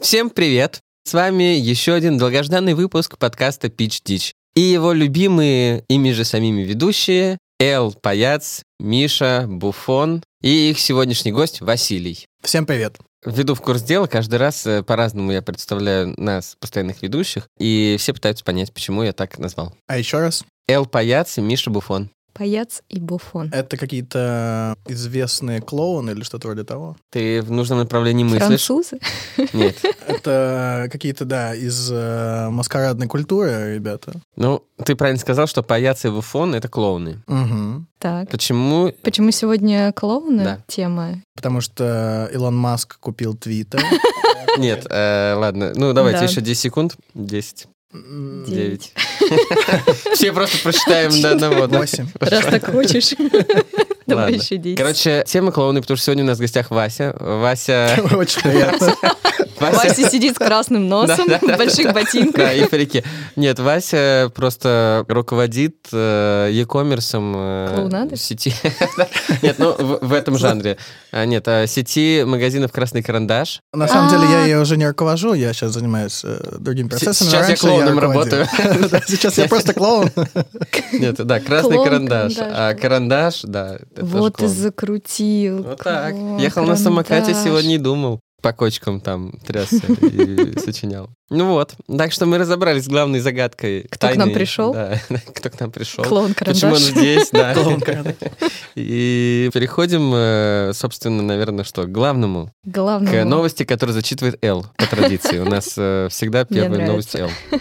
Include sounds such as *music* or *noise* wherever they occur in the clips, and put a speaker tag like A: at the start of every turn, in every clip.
A: Всем привет! С вами еще один долгожданный выпуск подкаста Pitch Ditch и его любимые ими же самими ведущие Эл Паяц, Миша Буфон и их сегодняшний гость Василий.
B: Всем привет.
A: Введу в курс дела, каждый раз э, по-разному я представляю нас, постоянных ведущих, и все пытаются понять, почему я так назвал.
B: А еще раз,
A: Эл Паяц и Миша Буфон.
C: Паяц и Буфон.
A: Э,
B: это какие-то известные клоуны или что-то вроде того?
A: Ты в нужном направлении мыслишь?
C: Французы?
A: Нет.
B: Это какие-то, да, из э, маскарадной культуры, ребята.
A: Ну, ты правильно сказал, что Паяц и Буфон — это клоуны.
B: Мгм.
C: Так.
A: Почему
C: Почему сегодня клоуны
A: Да.
C: тема?
B: Потому что Илон Маск купил Твиттер.
A: Нет, э, ладно. Ну, давайте
C: Да.
A: еще 10 секунд. 10,
B: М,
C: Девять.
A: 9. Все просто прочитаем до одного. да?
B: Восемь.
C: Раз
A: *laughs*
C: так хочешь. Давай
A: Ладно.
C: еще десять.
A: Короче, тема клоуны, потому что сегодня у нас в гостях Вася.
C: *laughs*
A: Вася...
B: Очень приятно.
C: Вася сидит с красным носом,
A: Да, да, да,
C: в больших
A: Да,
C: ботинках.
A: и парике. Нет, Вася просто руководит э, e-коммерсом э,
C: Клоунадой?
A: сети. *laughs* Нет, ну в в этом жанре. А, Нет, а, сети магазинов «Красный карандаш».
B: На самом деле я
C: А.
B: ее уже не руковожу, я сейчас занимаюсь э, другими
A: С-
B: процессами. но
A: сейчас я
B: раньше
A: клоуном
B: руководил. *laughs* Да, Сейчас я просто
A: *laughs*
B: клоун.
A: Нет, да, «Красный
C: Клоун
A: карандаш».
C: «Карандаш».
A: А «Карандаш», да, это тоже
C: Вот и
A: клоун.
C: закрутил.
A: Вот так.
C: Клоун,
A: Ехал на самокате
C: карандаш.
A: сегодня и думал. По кочкам там трясся и
C: *laughs*
A: сочинял. Ну вот. Так что мы разобрались с главной загадкой.
C: Кто к нам
A: тайной.
C: пришел?
A: Да, *laughs* кто к нам пришел.
C: Клоун
A: Почему он
C: карандаш.
A: здесь, да.
B: Клоун, конечно.
A: И переходим, э, собственно, наверное, что? К главному. К
C: Главное.
A: новости, которую зачитывает Эл по традиции. У нас э, всегда
C: Мне
A: первая новость
C: нравится.
A: Эл.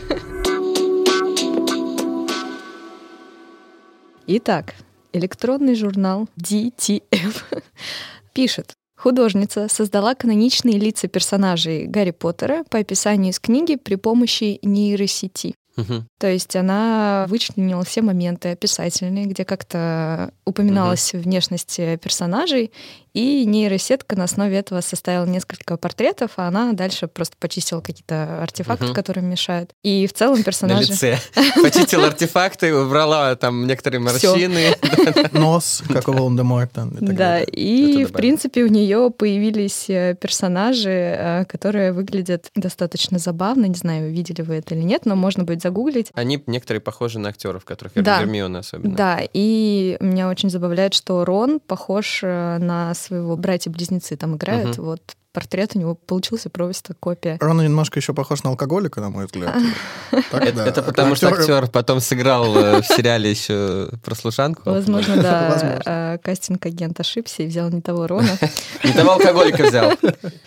C: Итак, электронный журнал DTF *laughs* пишет. Художница создала каноничные лица персонажей Гарри Поттера по описанию из книги при помощи нейросети.
A: Мгм.
C: То есть она вычленила все моменты описательные, где как-то упоминалась внешность персонажей, и нейросетка на основе этого составила несколько портретов, а она дальше просто почистила какие-то артефакты,
A: Мгм.
C: которые мешают. И в целом
A: На
C: персонажи... *laughs*
A: лице. Почистил артефакты, убрала там некоторые
C: Всё.
A: морщины.
B: Нос, как у Волан-де-Морта. и так
C: Да,
B: далее.
A: Это
C: и в
A: добавим.
C: принципе у нее появились э, персонажи, э, которые выглядят достаточно забавно. Не знаю, видели вы это или нет, но можно будет загуглить.
A: Они некоторые похожи на актеров, которых я
C: Да.
A: Гермиона особенно.
C: Да, и меня очень забавляет, что Рон похож э, на своего братья-близнецы там играют.
A: Мгм.
C: Вот портрет у него получился просто копия.
B: Рон немножко еще похож на алкоголика, на
A: *laughs*
B: мой взгляд. Так,
A: Это,
B: да.
A: это потому, что
B: Актёры-
A: актер потом сыграл э, в сериале еще про служанку.
C: Возможно,
A: *laughs*
C: да,
B: Возможно.
C: э, кастинг-агент ошибся и взял не того Рона.
A: Не того алкоголика взял.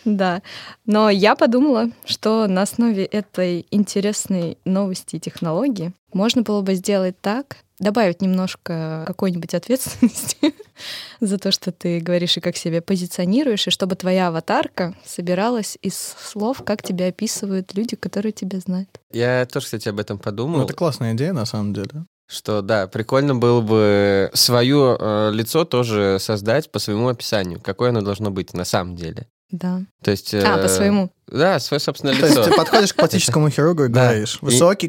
C: Да. Но я подумала, что на основе этой интересной новости и технологии можно было бы сделать так, добавить немножко какой-нибудь ответственности *laughs* за то, что ты говоришь и как себя позиционируешь, и чтобы твоя аватарка собиралась из слов, как тебя описывают люди, которые тебя знают.
A: Я тоже, кстати, об этом
B: Ну,
A: подумал,
B: это классная идея, на самом деле.
A: что да, прикольно было бы свое э, лицо тоже создать по своему описанию, какое оно должно быть на самом деле.
C: Да.
A: То есть... э,
C: А, по-своему.
A: Да, свое собственное
B: То есть типа, ты
A: лицо.
B: подходишь к
A: *laughs*
B: пластическому хирургу и
A: Да.
B: говоришь, высокий,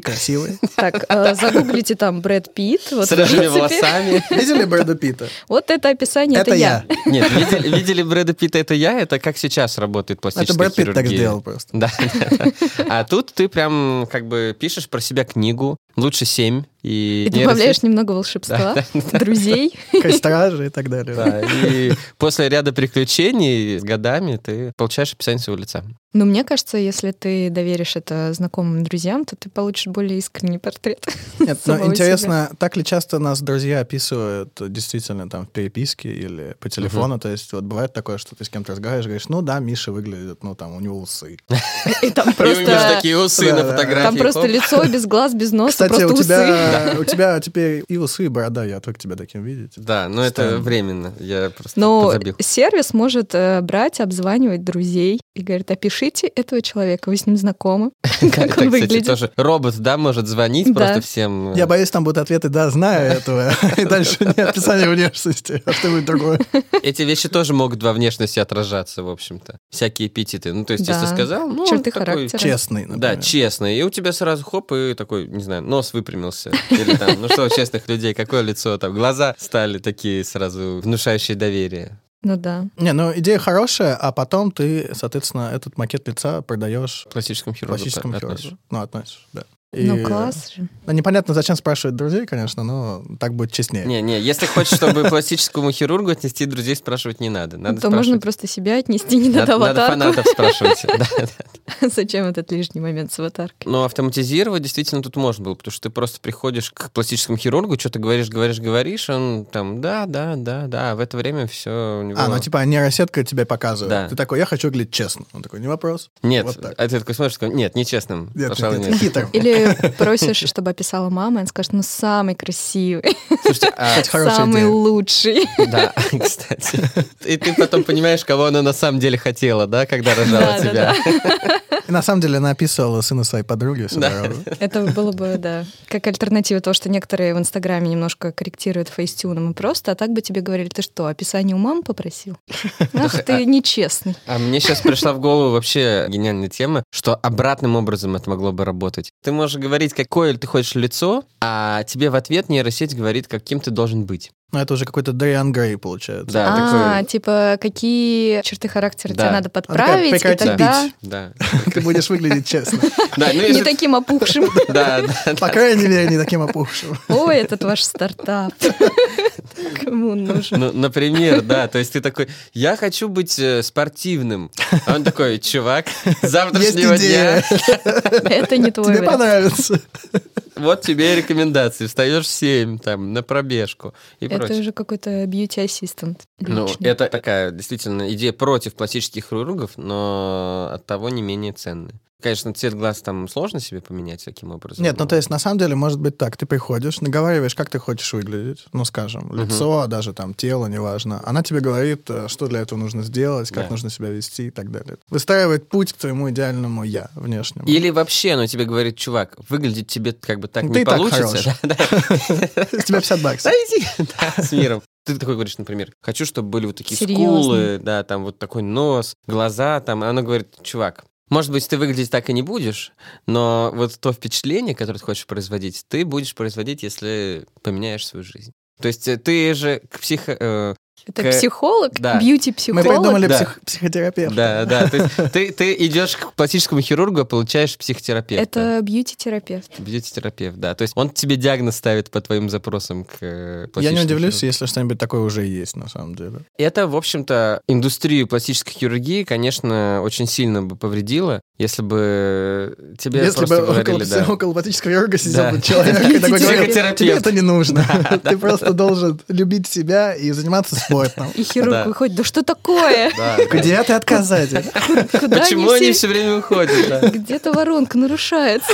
A: *laughs*
B: красивый.
C: Так, э, загуглите там Брэд Питт. Вот,
A: С
C: в
A: рыжими
C: принципе. *laughs*
A: волосами.
B: Видели Брэда Питта?
C: вот это описание, это,
B: Это я.
A: Нет, видели, видели Брэда Питта «Это я», это как сейчас работает
B: Это
A: пластическая
B: Брэд Питт так
A: хирургия.
B: сделал просто.
A: Да, *laughs* да, да. А тут ты прям как бы пишешь про себя книгу, лучше семь. И,
C: И
A: нейросеть-
C: добавляешь немного
A: Да,
C: волшебства,
A: да,
C: друзей.
B: Костражи и так далее. да.
A: да. И после ряда приключений с годами ты получаешь описание своего лица.
C: Ну, мне кажется, если ты доверишь это знакомым друзьям, то ты получишь более искренний портрет.
B: Нет, но
C: Самого
B: интересно, так ли часто нас друзья описывают э, действительно там в переписке или по телефону? То есть вот бывает такое, что ты с кем-то разговариваешь, говоришь, ну да, Миша выглядит, ну там у него усы.
C: И там
A: И у меня же
C: просто...
A: такие усы
B: Да,
A: на
B: да.
A: фотографии.
C: Там просто
A: Хоп.
C: лицо без глаз, без носа,
B: Кстати,
C: просто
B: у *laughs*
C: усы.
B: тебя, у тебя теперь и усы, и борода, я только тебя таким видеть.
A: Да, но это
B: Странно.
A: временно. Я просто
C: Но
A: позабил.
C: Ну, сервис может э, брать, обзванивать друзей и говорит, опишите этого человека, вы с ним знакомы,
A: Это,
C: *laughs* как он
A: кстати,
C: выглядит.
A: тоже робот, да, может звонить
C: Да.
A: просто всем.
B: Я боюсь, там будут ответы «да,
A: *laughs*
B: знаю этого», и дальше не описание внешности, а что-нибудь другое.
A: Эти вещи тоже могут во внешности отражаться, в общем-то. Всякие эпитеты. Ну, то есть, если
C: Да.
A: сказал, ну, он
C: Черты
A: такой
C: характера.
B: Честный,
A: Да,
B: например.
A: честный. И у тебя сразу хоп, и такой, не знаю, нос выпрямился. Или там, ну что, у честных людей, какое лицо там, глаза стали такие сразу внушающие доверие.
C: Ну да.
B: Не, ну идея хорошая, а потом ты, соответственно, этот макет лица продаешь
A: Пластическому хирургу.
B: классическому
A: относишь.
B: хирургу. Ну, относишь, да. И,
C: Ну класс же.
B: э, ну, непонятно, зачем спрашивать друзей, конечно, но так будет честнее.
A: Не, не, если хочешь, чтобы пластическому хирургу отнести друзей, спрашивать не надо. Надо
C: То можно
A: спрашивать-
C: просто себя отнести, не надо
A: надо, надо
C: аватарку.
A: фанатов спрашивать. Да, да.
C: *laughs* Зачем этот лишний момент с аватаркой?
A: *laughs* Но автоматизировать действительно тут можно было, потому что ты просто приходишь к пластическому хирургу, что-то говоришь, говоришь, говоришь, он там да, да, да, да, а в это время все у него...
B: А, ну типа нейросетка тебе показывает.
A: Да.
B: Ты такой, я хочу выглядеть честно. Он такой, не вопрос.
A: Нет,
B: вот так.
A: а ты такой смотришь, такой, нет, нечестным.
B: Нет,
A: Пожалуй,
B: нет,
A: нет.
B: хитрым.
C: Или просишь, чтобы описала мама, и она скажет, ну самый красивый,
A: *laughs* Слушайте, а,
B: Кстати, хорошая
C: самый
B: идея.
C: лучший.
A: да, *laughs* кстати. И ты потом понимаешь, кого она на самом деле хотела, да, когда рожала
C: Да, да,
A: тебя.
B: И на самом деле она описывала сына своей подруги всю
A: Да.
B: дорогу.
C: Это было бы, да, как альтернатива того, что некоторые в Инстаграме немножко корректируют фейстюном и просто, а так бы тебе говорили, ты что, описание у мам
A: *laughs*
C: попросил? Ах, ты нечестный.
A: А мне сейчас пришла в голову вообще гениальная тема, что обратным образом это могло бы работать. Ты можешь говорить, какое ты хочешь лицо, а тебе в ответ нейросеть говорит, каким ты должен быть.
B: Ну, это уже какой-то Дриан Грей получается.
A: Да,
C: А,
A: такое.
C: типа, какие черты характера
A: Да.
C: тебе надо
B: Она такая,
C: подправить, и
B: прекрати
C: тогда
B: пить.
A: Да.
B: *laughs* Ты будешь выглядеть честно.
A: *laughs* Да, ну
C: не
A: и- *laughs*
C: таким опухшим.
A: да, да.
B: По крайней мере, не таким опухшим.
C: Ой, этот
A: *laughs*
C: ваш стартап. Кому он нужен?
A: Ну, например, да, то есть ты такой, я хочу быть э, спортивным. А он такой, чувак, *laughs* с завтрашнего
B: Есть идея. *laughs*
A: дня
C: Это не твой
B: Тебе
C: вариант.
B: понравится.
A: вот тебе и рекомендации. Встаешь в 7 там, на пробежку и
C: Это
A: прочее.
C: уже какой-то бьюти-ассистент.
A: Ну,
C: личный.
A: это такая действительно идея против пластических хирургов, но от того не менее ценная. Конечно, цвет глаз там сложно себе поменять таким образом.
B: Нет, ну
A: но-
B: то есть на самом деле может быть так. Ты приходишь, наговариваешь, как ты хочешь выглядеть. Ну, скажем, лицо, даже там тело, неважно. Она тебе говорит, э, что для этого нужно сделать, как
A: Да.
B: нужно себя вести и так далее. Выстраивает путь к твоему идеальному я внешнему. *laughs*
A: Или вообще, ну тебе говорит, чувак, выглядит тебе как бы так
B: Ну,
A: не
B: ты и так хорош.
A: получится. Да, да.
B: С тебя 50
A: Да,
B: баксов.
A: иди. *laughs* Да, с миром. Ты такой говоришь, например, хочу, чтобы были вот такие
C: Серьезно.
A: скулы, да, там вот такой нос, глаза, там. А она говорит, чувак, может быть, ты выглядеть так и не будешь, но вот то впечатление, которое ты хочешь производить, ты будешь производить, если поменяешь свою жизнь. То есть э, ты же к психо... э,
C: Это
A: к-
C: психолог,
A: да.
B: Мы
C: бьюти-психолог.
B: придумали
A: Да.
B: псих- психотерапевта.
A: Да, да. То есть ты, ты идешь к пластическому хирургу, а получаешь психотерапевта.
C: Это бьюти-терапевт.
A: Бьюти-терапевт, да. То есть он тебе диагноз ставит по твоим запросам к э,
B: Я не
A: пластическому
B: удивлюсь,
A: хирургу.
B: если что-нибудь такое уже есть, на самом деле.
A: Это, в общем-то, индустрию пластической хирургии, конечно, очень сильно бы повредило, если бы э, тебе
B: Если
A: просто
B: бы
A: говорили,
B: около,
A: да.
B: *laughs* около пластического хирурга сидел
A: Да.
B: бы человек и такой говорил,
A: Психотерапевт.
B: тебе это
A: *laughs*
B: не нужно. *laughs* Ты просто должен любить себя и заниматься спортом.
C: И хирург
A: Да.
C: выходит, да что такое?
B: *laughs*
A: Да, да.
B: Где ты отказатель?
C: Куда
A: Почему они
C: все-
A: все время уходят? да?
C: Где-то
B: *laughs*
C: воронка нарушается.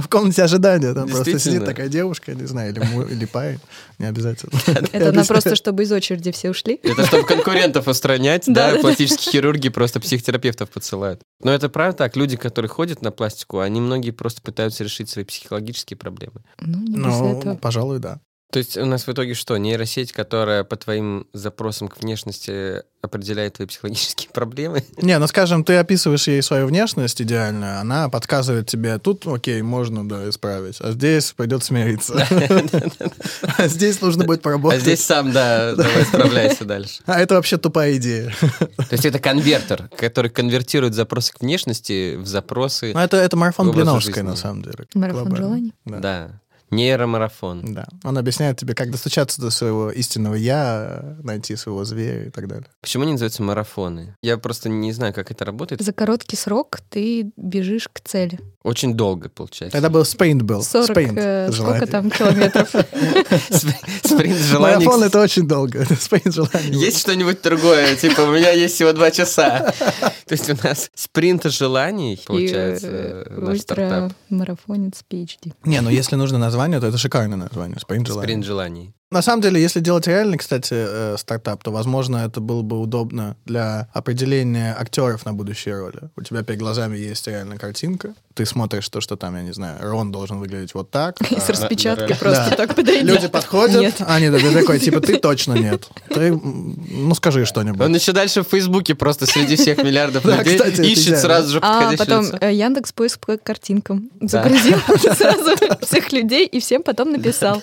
B: В комнате ожидания. Там просто сидит
A: Действительно.
B: такая девушка, не знаю, или, му- или парень. Не обязательно.
C: *laughs* Это она просто, чтобы из очереди все ушли.
A: Это чтобы конкурентов устранять,
C: Да,
A: да,
C: да,
A: пластические хирурги просто психотерапевтов подсылают. Но это правда так, люди, которые ходят на пластику, они многие просто пытаются решить свои психологические проблемы.
C: Ну, не без
B: Ну,
C: этого.
B: пожалуй, да.
A: То есть у нас в итоге что, нейросеть, которая по твоим запросам к внешности определяет твои психологические *laughs* проблемы? А
B: Не, ну скажем, ты описываешь ей свою внешность идеальную, она подсказывает тебе, тут, окей, можно, да, исправить, а здесь
A: *laughs*
B: придется смириться. *laughs* А здесь нужно будет
A: А
B: поработать.
A: здесь сам, да, давай справляйся дальше.
B: А это вообще тупая идея.
A: То есть это конвертер, который конвертирует запросы к внешности в запросы,
B: Ну, это, это марафон
A: Образа
B: Блиновской,
A: жизни.
B: на самом деле.
C: Марафон
B: Глобально.
C: желаний?
B: Да.
A: да, нейромарафон.
B: Да. Он объясняет тебе, как достучаться до своего истинного «я», найти своего зверя и так далее.
A: Почему они называются марафоны? Я просто не знаю, как это работает.
C: За короткий срок ты бежишь к цели.
A: Очень долго получается.
B: Тогда был спринт был.
C: 40,
B: спринт.
C: э,
B: желаний.
C: сколько
B: *laughs*
C: там километров?
A: Спри- *laughs* Спринт желаний.
B: Марафон — это очень долго. *laughs* Это спринт желаний.
A: Есть что-нибудь другое? Типа, у меня есть всего два часа. *laughs* То есть у нас спринт желаний, получается, э, наш стартап.
C: Ультра-марафонец PhD.
B: Не, ну если нужно название, то это шикарное название. Спринт желаний.
A: Спринт желаний.
B: На самом деле, если делать реальный, кстати, э, стартап, то, возможно, это было бы удобно для определения актеров на будущие роли. У тебя перед глазами есть реально картинка. Ты смотришь то, что там, я не знаю, Рон должен выглядеть вот
C: *laughs*
B: так.
C: И с
B: а
C: распечаткой
A: да.
C: просто
B: Да.
C: так подойдет.
B: Люди подходят,
C: Нет.
B: а они да, ты такой, типа,
C: *laughs*
B: ты точно нет. Ты, м, ну, скажи
A: Он
B: что-нибудь.
A: еще дальше в Фейсбуке просто среди всех миллиардов
B: Да,
A: людей
B: кстати, это
A: ищет
B: идеально.
A: сразу же
C: А
A: подходящее
C: потом
A: лицо.
C: э, Яндекс поиск по картинкам загрузил *laughs* сразу всех людей и всем потом написал.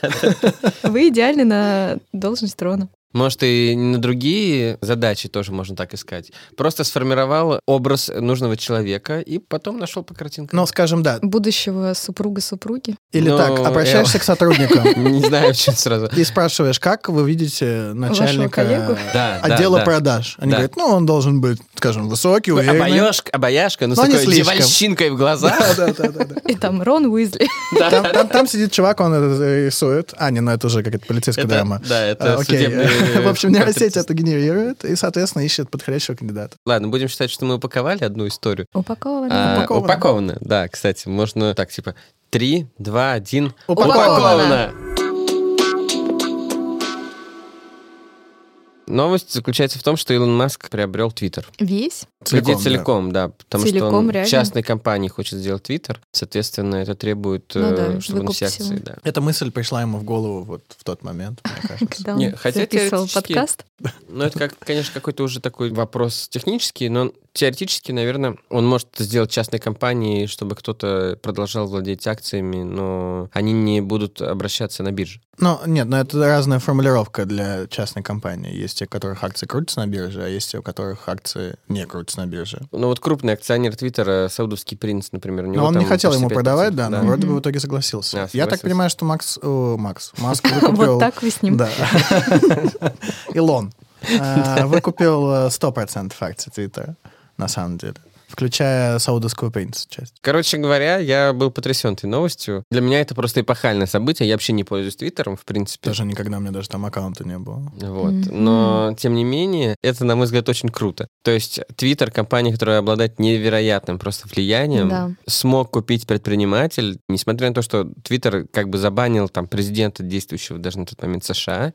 C: Вы идеальны на должность Рона.
A: Может, и на другие задачи тоже можно так искать. Просто сформировал образ нужного человека и потом нашел по картинкам.
B: Ну, скажем, да.
C: Будущего супруга-супруги.
B: Или
A: Ну,
B: так, обращаешься к сотрудникам
A: Не знаю, *laughs* в чем сразу.
B: и спрашиваешь, как вы видите начальника
C: коллегу?
A: Да, да,
B: отдела
A: да.
B: продаж. Они
A: Да.
B: говорят, ну, он должен быть, скажем, высокий,
A: Ну,
B: уверенный. *laughs*
A: Обаяшка, обаяшка, но с
B: Но не
A: такой
B: Ну, слишком.
A: девальщинкой в
B: *laughs*
A: глазах.
B: Да, да, да, да,
A: *laughs*
B: да.
C: И там Рон *laughs* Уизли.
B: Там, там- там сидит чувак, он это рисует. А, не, ну это уже какая-то полицейская
A: Это-
B: драма.
A: да, это
B: А, окей.
A: судебный-
B: *laughs*
A: *laughs*
B: В общем, нейросеть это генерирует и, соответственно, ищет подходящего кандидата.
A: Ладно, будем считать, что мы упаковали одну историю.
C: Упаковано.
A: А,
B: Ну, упаковано.
A: упаковано, да, кстати, можно так, типа, три, два, один.
B: Упаковано.
A: Новость заключается в том, что Илон Маск приобрел Твиттер.
C: Весь?
A: Людей
B: да.
A: целиком, да. Потому что
C: Целиком,
A: он
C: реально?
A: частной компании хочет сделать Твиттер. Соответственно, это требует,
C: Ну
A: э,
C: да,
A: чтобы он
C: выкуп
A: все
C: всего.
A: акции, да.
B: Эта мысль пришла ему в голову вот в тот момент,
C: *laughs*
B: мне кажется.
C: Когда
A: Не,
C: он
A: хотя
C: записывал
A: теоретически-
C: подкаст.
A: Ну, это, как, конечно, какой-то уже такой вопрос технический, но теоретически, наверное, он может это сделать частной компанией, чтобы кто-то продолжал владеть акциями, но они не будут обращаться на бирже.
B: Ну, нет, но это разная формулировка для частной компании. Есть те, у которых акции крутятся на бирже, а есть те, у которых акции не крутятся на бирже.
A: Ну, вот крупный акционер Твиттера, саудовский принц, например, у него
B: Но он не
A: Ну, там
B: хотел ему
A: 25%,
B: продавать, да, но
C: да.
B: вроде бы
C: Мгм.
B: в итоге согласился.
A: Да,
B: Я так
A: А, согласился.
B: понимаю, что Макс... о, Макс. Маск
C: *laughs* Вот
B: выкупил...
C: так вы с ним.
B: Да. *laughs* Илон. э, Выкупил э, 100% акций Твиттера, на самом деле. Включая саудовскую принца часть.
A: Короче говоря, я был потрясен этой новостью. Для меня это просто эпохальное событие. Я вообще не пользуюсь Твиттером, в принципе.
B: Тоже никогда у меня даже там аккаунта не было.
A: Вот.
C: Мгм.
A: Но, тем не менее, это, на мой взгляд, очень круто. То есть Твиттер, компания, которая обладает невероятным просто влиянием,
C: Да.
A: смог купить предприниматель, несмотря на то, что Твиттер как бы забанил там президента действующего даже на тот момент США,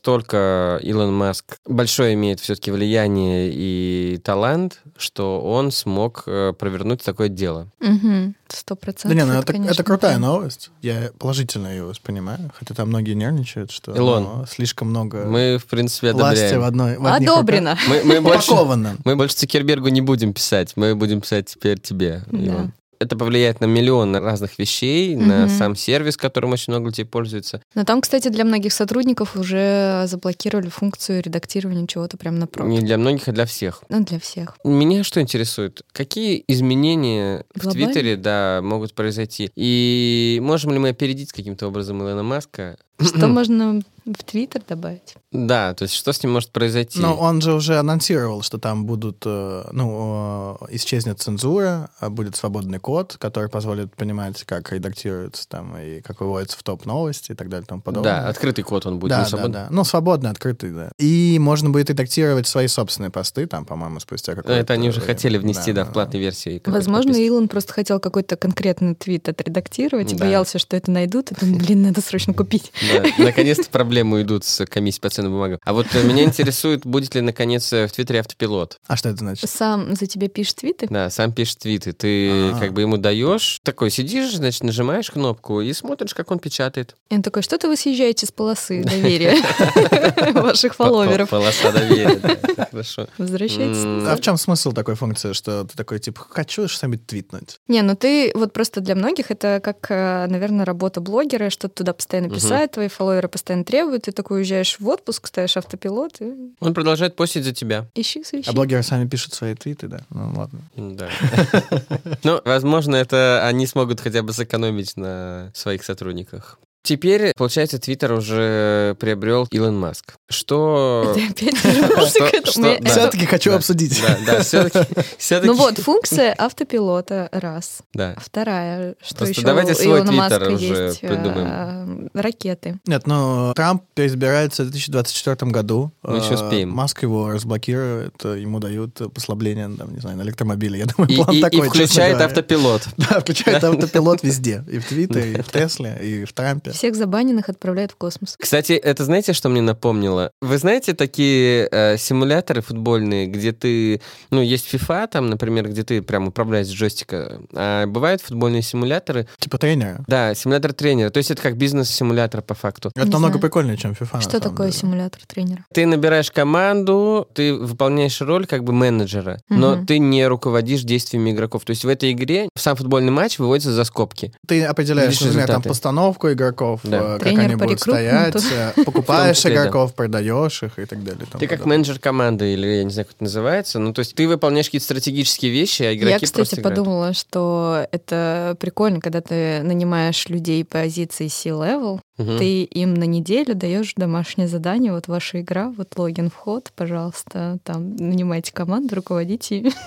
A: настолько Илон Маск большое имеет все-таки влияние и талант, что он смог э, провернуть такое дело.
C: Мгм. Сто
B: Да
C: процентов.
B: не, ну это, это
C: конечно,
B: крутая
C: да.
B: новость. Я положительно ее воспринимаю, хотя там многие нервничают, что
A: Илон,
B: ну, слишком много
A: Мы, в принципе,
B: власти в
A: одобряем.
B: одной... в одних
C: Одобрено.
A: Мы, мы
B: руках.
A: больше,
B: Упаковано.
A: Мы больше Цукербергу не будем писать, мы будем писать теперь тебе.
C: Да.
A: Илон. Это повлияет на миллион разных вещей, на
C: Мгм.
A: сам сервис, которым очень много людей пользуется.
C: Но там, кстати, для многих сотрудников уже заблокировали функцию редактирования чего-то прям на
A: Не
C: проб.
A: для многих, а для всех.
C: Ну, для всех.
A: Меня что интересует? Какие изменения в
C: Глобальные?
A: Твиттере да, могут произойти? И можем ли мы опередить каким-то образом Илона Маска?
B: *clears throat*
C: Что можно в Твиттер добавить?
A: Да, то есть что с ним может произойти?
B: Но он же уже анонсировал, что там будут, э, ну, э, исчезнет цензура, а будет свободный код, который позволит понимать, как редактируется там и как выводится в топ новости и так далее и тому подобное.
A: Да, открытый код он будет,
B: да,
A: не
B: да,
A: свободный.
B: да. Ну, свободный, открытый, да. И можно будет редактировать свои собственные посты, там, по-моему, спустя какое-то...
A: Это они уже
B: время.
A: хотели внести, да, в платной
B: э, да.
A: версии. какой-то
C: Возможно,
A: прописки.
C: Илон просто хотел какой-то конкретный твит отредактировать и
A: Да.
C: боялся, что это найдут, и думал, блин, надо срочно купить.
A: Да, наконец-то проблемы идут с комиссией по ценным бумагам. А вот э, меня интересует, будет ли наконец э, в Твиттере автопилот.
B: А что это значит?
C: Сам за тебя пишет твиты?
A: Да, сам пишет твиты. Ты
B: Ага.
A: как бы ему даешь, такой сидишь, значит, нажимаешь кнопку и смотришь, как он печатает.
C: И он такой, что-то вы съезжаете с
A: *laughs*
C: полосы доверия *laughs* ваших фолловеров.
A: Пол- пол- Полоса доверия, да, *laughs* это хорошо.
C: Возвращайтесь.
A: М.
B: А в чем смысл такой функции, что ты такой, типа, хочу что-нибудь твитнуть?
C: Не, ну ты вот просто для многих это как, э, наверное, работа блогера, что-то туда постоянно
A: Мгм.
C: писают, твои фолловеры постоянно требуют, ты такой уезжаешь в отпуск, ставишь автопилот и
A: Он продолжает постить за тебя.
C: ищи,
B: А
C: свищи. *laughs*
B: блогеры сами пишут свои твиты, да? Ну, ладно.
A: Да. *laughs* Ну, возможно, это они смогут хотя бы сэкономить на своих сотрудниках. Теперь, получается, Твиттер уже приобрел Илон Маск. Что...
C: Ты
A: *laughs*
C: опять вернулся
A: Что-
C: к этому.
A: что-
C: Мне
A: да.
C: это-
B: Все-таки хочу
A: Да.
B: обсудить.
A: Да, да,
B: *laughs*
A: все-таки.
C: Ну вот, функция автопилота, раз.
A: Да.
B: *laughs*
C: Вторая, что
A: Просто
C: еще
A: давайте
C: у
A: свой
C: Илона
A: Твиттер
C: Маска
A: уже
C: есть э,
A: придумаем.
C: ракеты.
B: Нет, но Трамп переизбирается в 2024 году.
A: Мы еще
B: Э,
A: успеем.
B: Маск его разблокирует, э, ему дают э, послабление, там, не знаю, на электромобиле. *laughs* Я думаю,
A: И,
B: план
A: и- и
B: такой, честно
A: включает
B: говоря.
A: автопилот.
B: Да, включает автопилот везде. И в Твиттере,
A: *laughs*
B: и в Тесле, и в Трампе.
C: Всех забаненных отправляют в космос.
A: Кстати, это знаете, что мне напомнило? Вы знаете такие э, симуляторы футбольные, где ты, ну, есть FIFA там, например, где ты прям управляешь с джойстика. А бывают футбольные симуляторы.
B: Типа тренера.
A: Да, симулятор тренера. То есть это как бизнес-симулятор по факту.
B: Это
C: Не
B: намного
C: знаю.
B: прикольнее, чем FIFA. А, на
C: что
B: самом
C: такое
B: деле.
C: симулятор тренера?
A: Ты набираешь команду, ты выполняешь роль как бы менеджера, но
C: Мгм.
A: ты не руководишь действиями игроков. То есть в этой игре сам футбольный матч выводится за скобки.
B: Ты определяешь,
A: Видишь
B: например, там
A: результаты.
B: постановку игроков,
A: Да.
B: э, как
C: Тренер
B: они
C: по
B: будут
C: рекрутменту.
B: стоять,
A: *laughs*
B: э, покупаешь
A: числе, да.
B: игроков, продаешь их и так далее. и тому
A: Ты как
B: подобное.
A: менеджер команды, или я не знаю, как это называется. Ну, то есть ты выполняешь какие-то стратегические вещи, а игроки
C: Я, кстати,
A: просто играют.
C: подумала, что это прикольно, когда ты нанимаешь людей позиции C-level,
A: Мгм.
C: ты им на неделю даешь домашнее задание, вот ваша игра, вот логин, вход, пожалуйста, там, нанимайте команду, руководите ими. *laughs*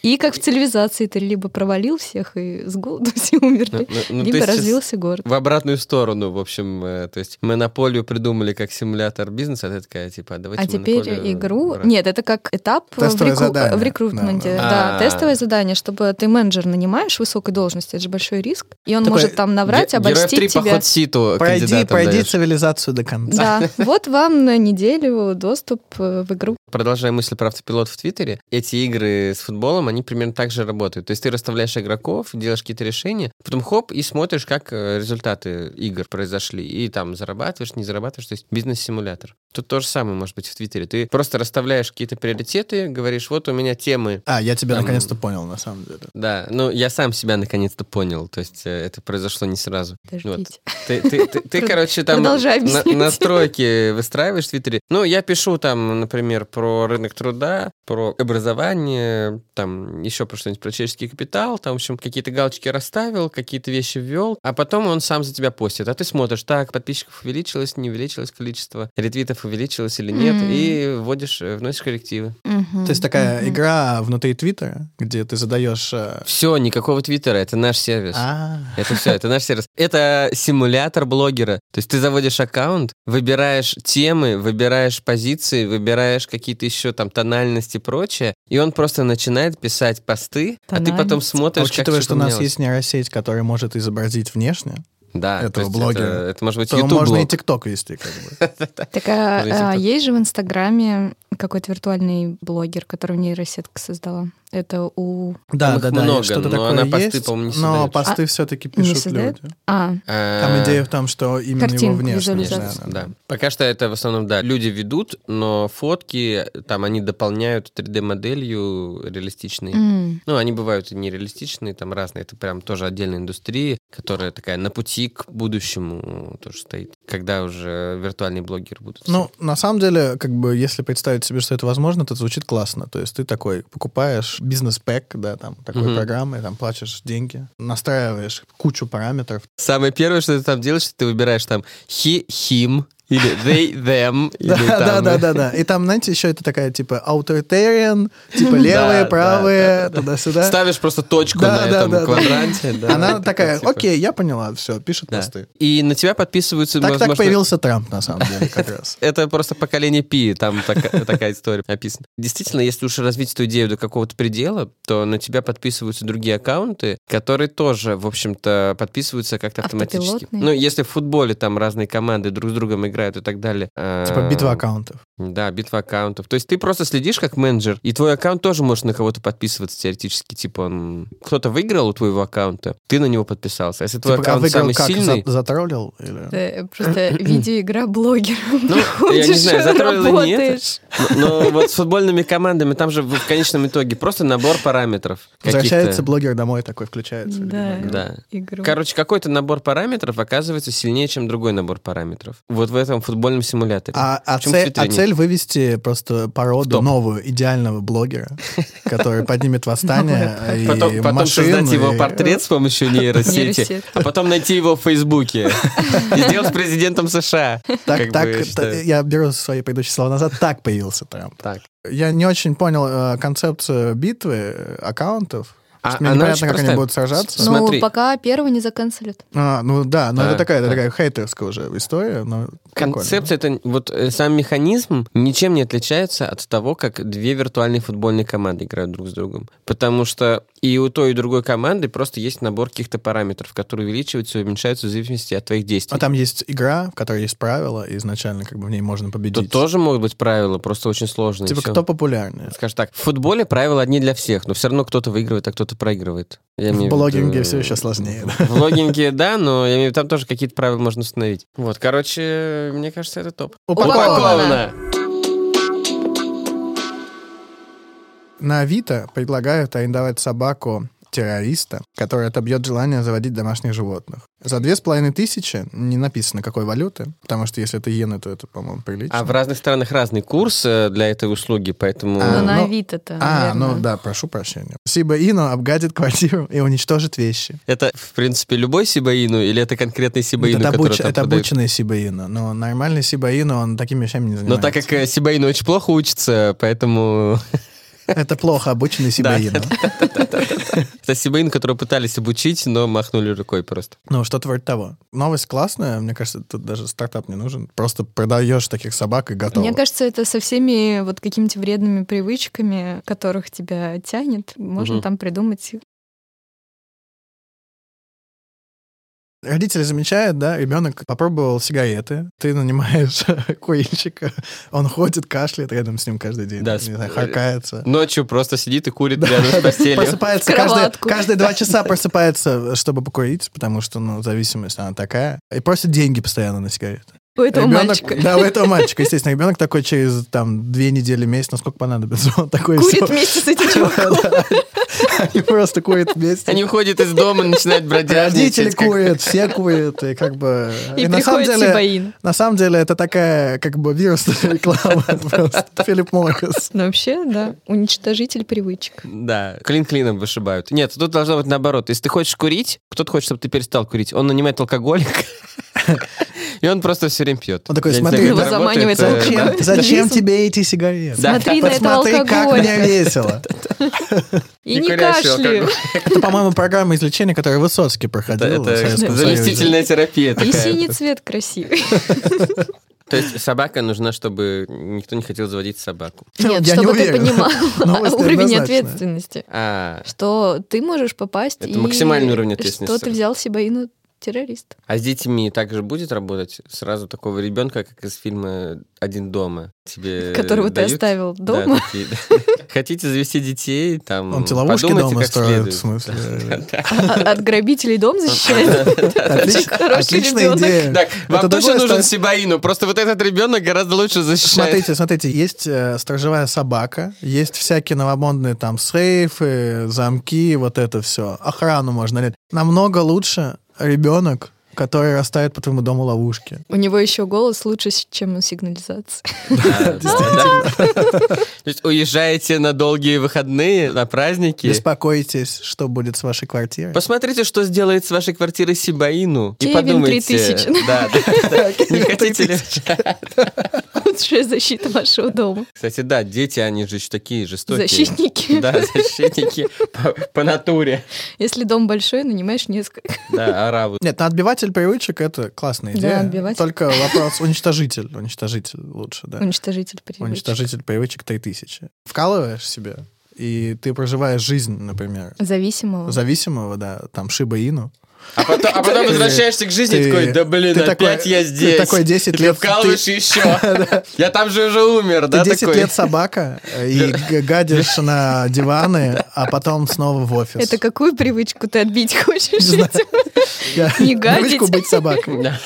C: И как в цивилизации, ты либо провалил всех, и с голоду *laughs* все
A: Ну,
C: умерли,
A: ну, ну, ты
C: либо
A: сейчас
C: развился город.
A: В обратную сторону, в общем, э, то есть монополию придумали как симулятор бизнеса, а ты такая, типа, а давайте
C: А теперь
A: монополию
C: игру...
A: брать.
C: Нет, это как этап э, в,
B: Тестовое
C: рекру-
B: задание.
C: в рекрутменте.
A: Да, да,
C: Да,
A: да. А.
C: тестовое задание, чтобы ты менеджер нанимаешь высокой должности, это же большой риск. И он
B: Такой
C: может там наврать,
A: Ге- героев
C: а обольстить
A: три
C: тебя.
A: поход ситу
B: Пройди,
A: кандидатам
B: пройди
A: даешь.
B: цивилизацию до конца.
C: *laughs* Да, вот вам на неделю доступ э, в игру.
A: Продолжая мысль про автопилот в Твиттере, эти игры с футболом, они примерно так же работают. То есть ты расставляешь игроков, делаешь какие-то решения, потом хоп, и смотришь, как э, результаты игр произошли. И там зарабатываешь, не зарабатываешь. То есть бизнес-симулятор. Тут то же самое может быть в Твиттере. Ты просто расставляешь какие-то приоритеты, говоришь, вот у меня темы
B: А, я тебя
A: Там-
B: наконец-то понял, на самом деле.
A: Да, ну я сам себя наконец-то понял, то есть э, это произошло не сразу.
C: Подождите.
A: Ты, ты- ты- ты,
C: Прод-
A: короче, там на-
C: продолжай объяснять.
A: настройки выстраиваешь в Твиттере. Ну, я пишу там, например, про рынок труда, про образование, там еще про что-нибудь, про человеческий капитал, там, в общем, какие-то галочки расставил, какие-то вещи ввел, а потом он сам за тебя постит. А ты смотришь, так, подписчиков увеличилось, не увеличилось количество, ретвитов увеличилось или нет,
C: М.
A: и вводишь, э, вносишь коррективы.
C: Мгм,
B: То есть такая
C: мгм.
B: игра внутри Твиттера, где ты задаешь... э,
A: Все, никакого Твиттера, это наш сервис.
B: А,
A: Это все, это наш сервис. Это симулятор блогера. То есть ты заводишь аккаунт, выбираешь темы, выбираешь позиции, выбираешь какие-то еще там тональности и прочее, и он просто начинает писать посты, а ты потом
C: Тональность.
A: смотришь, как
B: учитывая,
A: всё
B: что у нас
A: поменялось.
B: есть нейросеть, которая может изобразить внешне,
A: да,
B: этого
A: то есть
B: блогера,
A: Это, это может быть
B: то можно и
A: YouTube-блог.
B: ТикТок вести, как
A: *laughs*
B: бы.
C: Так а,
A: Подождите,
C: а,
A: кто-
C: есть же в Инстаграме какой-то виртуальный блогер, который нейросетка создала. Это у...
B: Да,
A: их
B: да, да,
A: много, но
B: что-то такое
A: она посты,
B: есть,
A: по-моему, не
B: но
A: создаёт.
B: посты все-таки пишут
C: создает?
B: люди.
C: А,
A: А,
B: Там идея в том, что именно его
C: Картинку,
B: внешность.
A: Конечно,
C: визуализация.
A: да. Пока что это в основном, да, люди ведут, но фотки там они дополняют 3D-моделью реалистичные.
C: м,
A: Ну, они бывают и нереалистичные, там разные. Это прям тоже отдельная индустрия, которая такая на пути к будущему тоже стоит. Когда уже виртуальные блогеры будут. все.
B: Ну, на самом деле, как бы, если представить себе, что это возможно, то это звучит классно. То есть ты такой покупаешь бизнес-пэк, да, там, такой
A: Мгм.
B: программы, там, плачешь деньги, настраиваешь кучу параметров.
A: Самое первое, что ты там делаешь, ты выбираешь там he, him, или they, them, *laughs* или
B: *laughs* Да, да,
A: там,
B: да,
A: э,
B: да, да. И там, знаете, еще это такая, типа,
A: *laughs*
B: аутортариан, типа,
A: Да,
B: левые,
A: да, да,
B: правые,
A: да, да.
B: туда-сюда.
A: Ставишь просто точку
B: Да,
A: на
B: да,
A: этом
B: да, да.
A: квадранте. да.
B: Она такая,
A: типа,
B: окей, я поняла, все, пишет
A: да.
B: посты.
A: И на тебя подписываются,
B: Так так
A: возможно,
B: появился Трамп, на самом деле, как
A: *laughs*
B: раз.
A: Это просто поколение Пи, там така- *laughs* такая история описана. Действительно, если уж развить эту идею до какого-то предела, то на тебя подписываются другие аккаунты, которые тоже, в общем-то, подписываются как-то автоматически.
C: Автопилотные.
A: Ну, если в футболе там разные команды друг с другом играют и так далее. э,
B: Типа битва аккаунтов.
A: Да, битва аккаунтов. То есть ты просто следишь как менеджер, и твой аккаунт тоже может на кого-то подписываться теоретически. Типа он... кто-то выиграл у твоего аккаунта, ты на него подписался. А Если твой
B: Типа, а
A: аккаунт
B: выиграл
A: самый
B: как?
A: сильный...
B: За- Затроллил? или?
C: это
A: *clears throat*
C: просто видеоигра блогера.
A: Ну, я не
C: Приходишь,
A: знаю, затроллила не это.
C: работаешь.
A: Но, но вот с футбольными командами там же в в конечном итоге просто набор параметров. каких-то.
B: Возвращается блогер домой такой, включается.
C: Да.
B: любимый.
A: Да.
C: Игру.
A: Короче, какой-то набор параметров оказывается сильнее, чем другой набор параметров. Вот в этом футбольном симуляторе.
B: А, а
A: Почему
B: цель,
A: Твиттера
B: а
A: нет?
B: цель вывести просто
A: В
B: породу
A: топ.
B: новую
A: *laughs*
B: идеального блогера, который поднимет восстание и
A: потом потом
B: машин,
A: создать его
B: и-
A: портрет с помощью нейросети,
C: Нейросеть.
A: а потом найти его в
C: *laughs*
A: Фейсбуке и сделать президентом США. как
B: Так, так,
A: бы,
B: та-
A: считаю.
B: я беру свои предыдущие слова назад. Так появился Трамп.
A: Так.
B: Я не очень понял э, концепцию битвы э, аккаунтов.
A: А
B: Мне
A: она
B: непонятно,
A: очень
B: как
A: простая.
B: они будут сражаться.
A: С-
C: Ну,
A: смотри.
C: пока первого не заканцелят.
B: А, ну да, но
A: Да,
B: это такая, это
A: да.
B: такая хейтерская уже история. Но прикольно.
A: Концепция это вот э, сам механизм ничем не отличается от того, как две виртуальные футбольные команды играют друг с другом. Потому что и у той, и у другой команды просто есть набор каких-то параметров, которые увеличиваются и уменьшаются в зависимости от твоих действий.
B: А там есть игра, в которой есть правила, и изначально как бы в ней можно
A: Тут
B: победить.
A: тоже могут быть правила, просто очень сложные.
B: Типа
A: всё.
B: кто популярнее?
A: Скажешь так, в футболе правила одни для всех, но все равно кто-то выигрывает, а кто-то проигрывает. Я
B: В
A: имею виду,
B: блогинге
A: э,
B: всё ещё сложнее, да.
A: В блогинге, *laughs* да, но я имею в виду, там тоже какие-то правила можно установить. Вот, короче, мне кажется, это топ.
C: Упаковано.
B: На Авито предлагают арендовать собаку террориста, который отобьет желание заводить домашних животных. За две с половиной тысячи не написано, какой валюты, потому что если это иены, то это, по-моему, прилично.
A: А в разных странах разный курс э, для этой услуги, поэтому...
B: А,
C: Но на
B: ну-
C: Авито-то,
B: А,
C: наверное.
B: ну да, прошу прощения. Сиба Ину обгадит квартиру и уничтожит вещи.
A: Это, в принципе, любой сибаину или это конкретный сибаину,
B: это
A: который
B: обуч-
A: там
B: это
A: продают?
B: обученный Сиба Ину, но нормальный Сиба Ину, он такими вещами не
A: Но
B: занимается.
A: так как э, сибаину очень плохо учится, поэтому... *laughs*
B: Это плохо обученный Сиба
A: э, Да.
B: Ину.
A: Это сибаину, которого пытались обучить, но махнули рукой просто.
B: Ну, что-то вроде того. Новость классная, мне кажется, тут даже стартап не нужен. Просто продаешь таких собак и готово.
C: Мне кажется, это со всеми вот какими-то вредными привычками, которых тебя тянет, можно
A: Мгм.
C: там придумать.
B: Родители замечают, да, ребенок попробовал сигареты, ты нанимаешь *laughs* курильщика, он ходит, кашляет рядом с ним каждый день,
A: Да,
B: не
A: сп-
B: знаю, харкается.
A: Ночью просто сидит и курит рядом с постелью.
B: Просыпается
C: В
B: каждые,
C: кроватку.
B: каждые два
C: *laughs*
B: часа просыпается, чтобы покурить, потому что, ну, зависимость, она такая. И просит деньги постоянно на сигареты.
C: У этого
B: Ребенок- *laughs*
C: мальчика
B: Да, у этого мальчика, естественно. Ребенок такой через, там, две недели, месяц, насколько понадобится, он такой... всё.
C: *laughs* курит вместе
B: *laughs*
C: с этим чуваком.
B: Они просто курят вместе.
A: Они уходят из дома, начинают бродяжничать.
B: Родители
A: как-
B: курят, все курят, и как бы...
C: И
B: на самом
C: приходит
B: деле,
C: Сибаин.
B: на самом деле это такая как бы вирусная *laughs* реклама. Просто Филипп Моррис.
C: Но Ну, вообще,
B: *laughs*
C: да, уничтожитель привычек.
A: Да, клин клином вышибают. Нет, тут должно быть наоборот. Если ты хочешь курить, кто-то хочет, чтобы ты перестал курить. Он нанимает *laughs* алкоголика, и он просто все время пьет.
B: Он такой,
A: Я не знаю,
B: смотри,
A: как это
C: Его заманивает
A: работает, э,
C: алкоголь.
A: да.
B: Зачем, зачем
C: Лиза.
B: тебе эти сигареты?
A: Да.
C: Смотри на это
B: Посмотри, как мне
C: алкоголь.
B: весело.
C: И не
A: курящий
C: кашли.
A: алкоголь.
B: Это, по-моему, программа излечения, которую Высоцкий
A: Это,
B: проходил
A: это
B: в Советском Союзе.
A: заместительная терапия
C: И
A: такая.
C: синий цвет красивый.
A: То есть собака нужна, чтобы никто не хотел заводить собаку.
B: *laughs*
C: Нет,
B: Я не
C: чтобы ты
B: уверен. *laughs*
C: понимал
B: Новость
C: уровень
B: однозначная.
C: ответственности.
A: А,
C: Что ты можешь попасть
A: Это
C: и
A: максимальный уровень ответственности.
C: Что ты взял Сибаину террорист.
A: а с детьми также будет работать сразу такого ребенка, как из фильма «Один дома»? Тебе
C: Которого ты
A: Э, дают?
C: оставил
A: Да, *laughs*
C: дома.
A: такие, да. Хотите завести детей, там,
B: Он тебе ловушки
A: подумайте,
B: дома
A: как
B: строит, в
A: следует. *laughs*
B: смысле.
C: А- От грабителей дом защищает.
B: Отлич-
C: Хороший
B: Отличная
C: ребенок.
B: идея.
A: *laughs* Так, вам
B: Это
A: тоже
B: другое
A: нужен
B: ста-
A: Сибаину, просто вот этот ребенок гораздо лучше защищает.
B: Смотрите, смотрите, есть э, сторожевая собака, есть всякие новомодные там сейфы, замки, вот это все. Охрану можно лет. Намного лучше ребенок, который расставит по твоему дому ловушки.
C: У него еще голос лучше, чем у сигнализации. *laughs*
A: Да, да. То есть уезжаете на долгие выходные, на праздники.
B: Беспокойтесь, что будет с вашей квартирой.
A: Посмотрите, что сделает с вашей квартирой Сибаину. И
C: Кевин
A: подумайте.
C: 3000.
A: Да, да,
B: *laughs*
A: да. Не хотите ли?
C: Лучшая защита вашего дома.
A: Кстати, да, дети, они же еще такие жестокие.
C: Защитники.
A: Да, защитники по, по натуре.
C: Если дом большой, нанимаешь несколько.
A: Да, аравы.
B: Нет, ну, отбиватель привычек это классная
C: Да,
B: идея.
C: отбиватель.
B: Только вопрос уничтожитель. Уничтожитель лучше, да.
C: Уничтожитель привычек.
B: Уничтожитель привычек 3000. Вкалываешь себе, и ты проживаешь жизнь, например,
C: Зависимого.
B: зависимого, да, там, Шиба Ину.
A: А потом, а потом
B: Ты-
A: возвращаешься к жизни и
B: ты-
A: такой, да блин,
B: ты
A: опять
B: такой-
A: я
B: ты
A: здесь.
B: такой 10
A: Ты
B: лет-
A: вкалываешь
B: ты- *laughs*
A: еще. Я там же уже умер,
B: Ты
A: да,
B: 10
A: такой?
B: лет собака э, и г- гадишь на диваны, а потом снова в офис.
C: Это какую привычку ты отбить хочешь?
B: знаю.
C: этим?
B: *laughs* Я-
C: не гадить.
B: привычку быть собакой.
A: Да,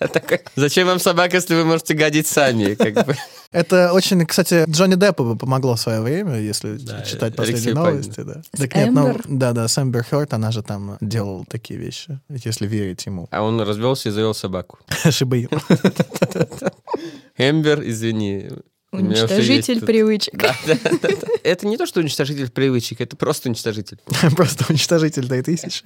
A: да, такой. Зачем вам собака, если вы можете гадить сами? Как бы.
B: Это очень, кстати, Джонни Деппу бы помогло в свое время, если
A: Да,
B: читать
A: э,
B: последние
A: Алексей Панин.
B: новости. Да.
C: С
B: Так нет, ну,
C: Эмбер?
B: да, да, с Эмбер Хёрд, она же там делала такие вещи, если верить ему. *laughs*
A: А он развелся и завел собаку.
B: Шиба Ину.
A: Эмбер, извини. у меня уже есть
C: Уничтожитель
A: тут-
C: привычек.
A: Да, да, да, да. Это не то, что уничтожитель привычек, это просто уничтожитель.
B: *laughs* Просто уничтожитель *laughs* 3000.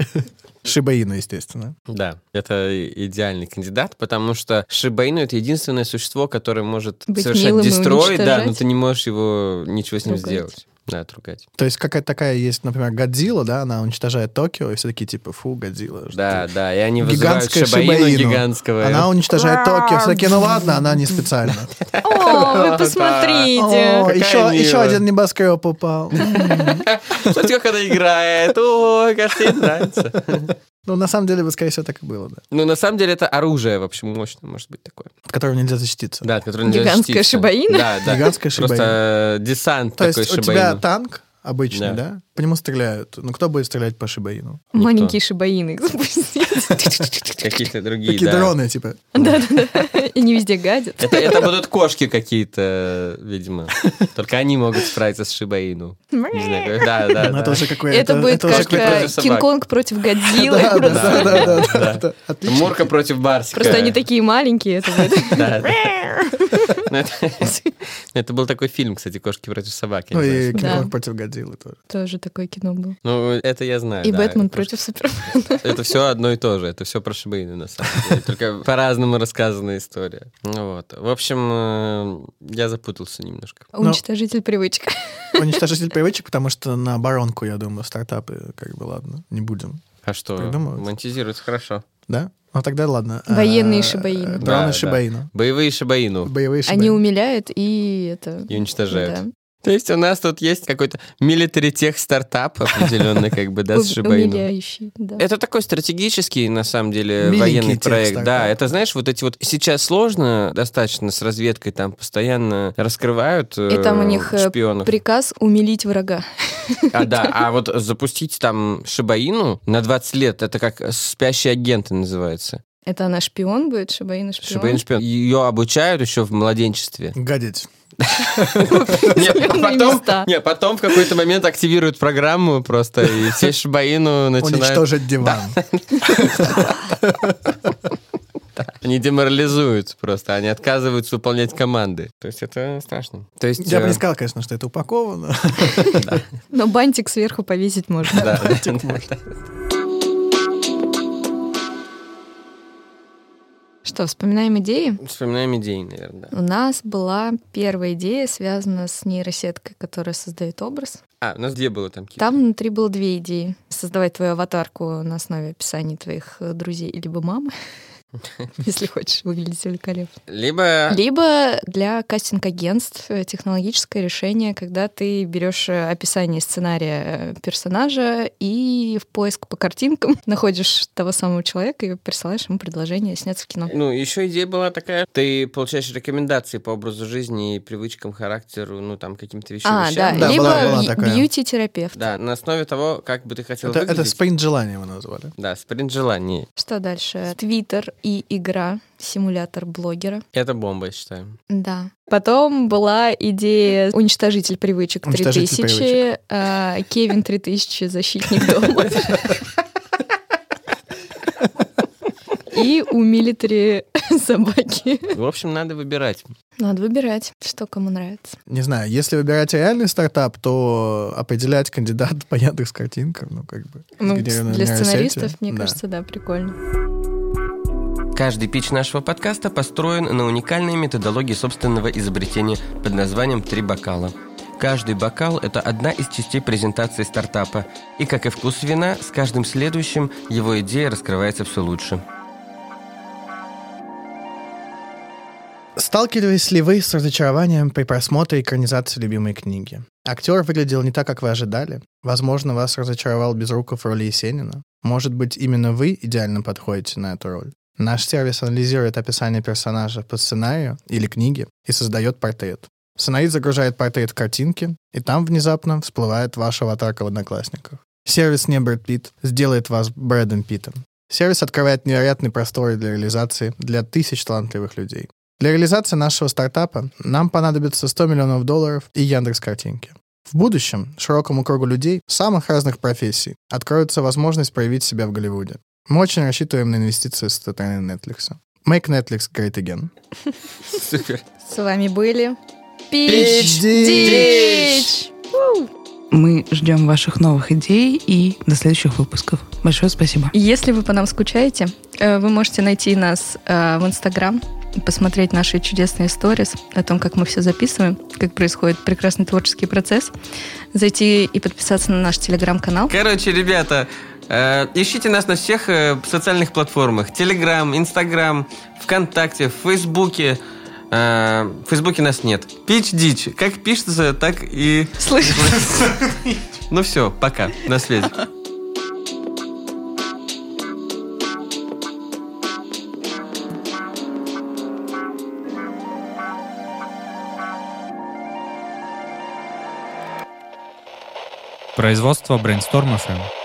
B: Шиба Ину, естественно.
A: Да, это и- идеальный кандидат, потому что Шибаину это единственное существо, которое может
C: Быть
A: совершать
C: милым и
A: дестрой, да, но
C: уничтожать.
A: ты не можешь его ничего с ним
C: Ругать.
A: сделать. Да, отругать.
B: То есть какая-то такая есть, например, Годзилла, да, она уничтожает Токио, и все такие типа, фу, Годзилла. что
A: Да,
B: ты».
A: да, и они вызывают
B: Гигантская
A: Шибаину
B: Шибаину.
A: гигантского.
B: Она уничтожает Токио. Все такие, ну ладно, она не специально.
C: О, вы
B: О,
C: посмотрите.
B: еще, еще
A: милая.
B: один небоскреб упал.
A: Смотри, как она играет. Ой, как тебе нравится.
B: *laughs* Ну, на самом деле, бы, скорее всего, так и было, да.
A: Ну, на самом деле, это оружие, в общем, мощное может быть такое.
B: От которого нельзя защититься.
A: Да, от которого нельзя
C: Гигантская
A: защититься.
C: Шибаина?
A: Да, да.
B: Гигантская Шиба Ину.
A: Просто десант
B: То
A: такой
B: есть у тебя
A: Шибаину.
B: танк обычный,
A: Да.
B: да? по нему стреляют. Ну, кто будет стрелять по Шибаину?
A: Никто.
C: Маленькие шибаины их запустить.
A: Какие-то другие,
B: Такие
A: да.
B: дроны, типа.
C: Да-да-да. *laughs* И не везде гадят.
A: Это, это будут кошки какие-то, видимо. Только они могут справиться с Шибаину. Не знаю, как- да, да,
B: Ну,
A: да.
B: Это уже какое-то...
C: Это будет
A: уже
C: как
A: какой-то
C: э,
A: собак.
C: Кинг-Конг против Годзиллы.
B: Да,
C: Просто-
B: да, да, да, да, да. Отлично.
A: Мурка против Барсика.
C: Просто они такие маленькие. это будет.
A: Да, да. Ну, это- Это был такой фильм, кстати, «Кошки против собаки».
B: Ну
A: не знаю,
B: и
A: если-
C: Да.
B: Кинг-Конг против Годзиллы тоже. *laughs*
C: Тоже такое кино было.
A: Ну, это я знаю.
C: И
A: да.
C: Бэтмен
A: Потому
C: против Супермена.
A: что Это все одно и то же. Это все про Шибаину, на самом деле.
B: *laughs*
A: Только по-разному рассказанная история. Ну Вот. В общем, э, я запутался немножко.
B: Ну.
C: Уничтожитель привычек.
B: Уничтожитель привычек, потому что на баронку, я думаю, стартапы, как бы, ладно, не будем.
A: А что?
B: Придумывать.
A: Монетизируется хорошо.
B: Да? Ну тогда ладно.
C: Военные
B: А,
A: Да, да.
C: шибаину.
B: Дроны Шибаину.
A: Боевые Шибаину.
B: Боевые
C: Они
B: Шибаину.
C: умиляют и это...
A: И уничтожают.
C: да.
A: То есть у нас тут есть какой-то милитаритех стартап определенный, как бы, да, с
C: Уб-
A: Шибаину.
C: Умиляющий, да.
A: Это такой стратегический, на самом деле,
B: Миленький
A: военный
B: тех
A: проект. Да,
B: стартап.
A: это, знаешь, вот эти вот сейчас сложно достаточно с разведкой, там постоянно раскрывают э,
C: И там у них, э,
A: шпионов.
C: Приказ умилить врага.
A: А, да, а вот запустить там Шибаину на 20 лет, это как спящие агенты называется.
C: Это она шпион будет, Шибаина шпион?
A: Шибаин шпион. Ее обучают еще в
C: *laughs*
A: младенчестве.
B: Гадить.
A: Нет, а
C: Определенные
A: потом,
C: места.
A: не, потом в какой-то момент активируют программу просто, и все Шибаину начинают...
B: Уничтожить диван.
A: Они деморализуют просто, они отказываются выполнять команды. То есть это страшно. То есть...
B: Я бы
A: э,
B: не сказал, конечно, что это упаковано.
C: Но бантик сверху повесить можно.
A: да, да.
C: Что, вспоминаем идеи?
A: Вспоминаем идеи, наверное. да.
C: У нас была первая идея, связана с нейросеткой, которая создает образ.
A: А, у нас две было там. какие-то.
C: Там внутри было две идеи. Создавать твою аватарку на основе описаний твоих э, друзей либо мамы, *laughs* если хочешь выглядеть великолепно.
B: А.
A: Либо...
C: Либо для кастинг-агентств э, технологическое решение, когда ты берешь э, описание сценария э, персонажа и в поиск по картинкам *laughs* находишь того самого человека и присылаешь ему предложение сняться в кино.
A: Ну, еще идея была такая, ты получаешь рекомендации по образу жизни, привычкам, характеру, ну, там, каким-то вещам.
C: А, да,
A: вещам.
B: Да,
C: либо
B: была- была
C: бь-
B: такая.
C: бьюти-терапевт.
A: Да, на основе того, как бы ты хотел
B: Это, это
A: выглядеть.
B: спринт желания его назвали.
A: Да, спринт желаний.
C: Что дальше? Твиттер и игра, симулятор блогера.
A: Это бомба, я считаю.
C: Да. Потом была идея «Уничтожитель привычек
B: Уничтожитель
C: 3000», э, «Кевин 3000», «Защитник дома». И у милитари собаки.
A: В общем, надо выбирать.
C: Надо выбирать, что кому нравится.
B: Не знаю, если выбирать реальный стартап, то определять кандидат *laughs* по Яндекс картинкам, ну как бы.
C: Ну,
B: сгенерированная
C: для
B: нейросетью.
C: сценаристов, мне
B: Да.
C: кажется, да, прикольно.
A: Каждый пич нашего подкаста построен на уникальной методологии собственного изобретения под названием «Три бокала». Каждый бокал – это одна из частей презентации стартапа. И, как и вкус вина, с каждым следующим его идея раскрывается все лучше.
B: Сталкивались ли вы с разочарованием при просмотре экранизации любимой книги? Актер выглядел не так, как вы ожидали. Возможно, вас разочаровал Безруков в роли Есенина. Может быть, именно вы идеально подходите на эту роль. Наш сервис анализирует описание персонажа по сценарию или книге и создает портрет. Сценарист загружает портрет в картинки, и там внезапно всплывает ваш аватарка в Одноклассниках. Сервис не Брэд Питт сделает вас Брэдом Питтом. Сервис открывает невероятные просторы для реализации для тысяч талантливых людей. Для реализации нашего стартапа нам понадобится 100 миллионов долларов и Яндекс картинки. В будущем широкому кругу людей самых разных профессий откроется возможность проявить себя в Голливуде. Мы очень рассчитываем на инвестиции со стороны Netflix. Make Netflix great again.
A: Супер.
C: С вами были...
A: Пич
C: Дич!
D: Мы ждем ваших новых идей и до следующих выпусков. Большое спасибо.
C: Если вы по нам скучаете, э, вы можете найти нас э, в Инстаграм, посмотреть наши чудесные сторис о том, как мы все записываем, как происходит прекрасный творческий процесс, зайти и подписаться на наш Телеграм-канал.
A: Короче, ребята, э, ищите нас на всех э, социальных платформах. Телеграм, Инстаграм, ВКонтакте, в Фейсбуке. Э, в Фейсбуке нас нет. Пич-дичь. Как пишется, так и...
C: Слышишь?
A: *laughs* Ну все, пока. На связи.
E: Производство Brainstorm FM.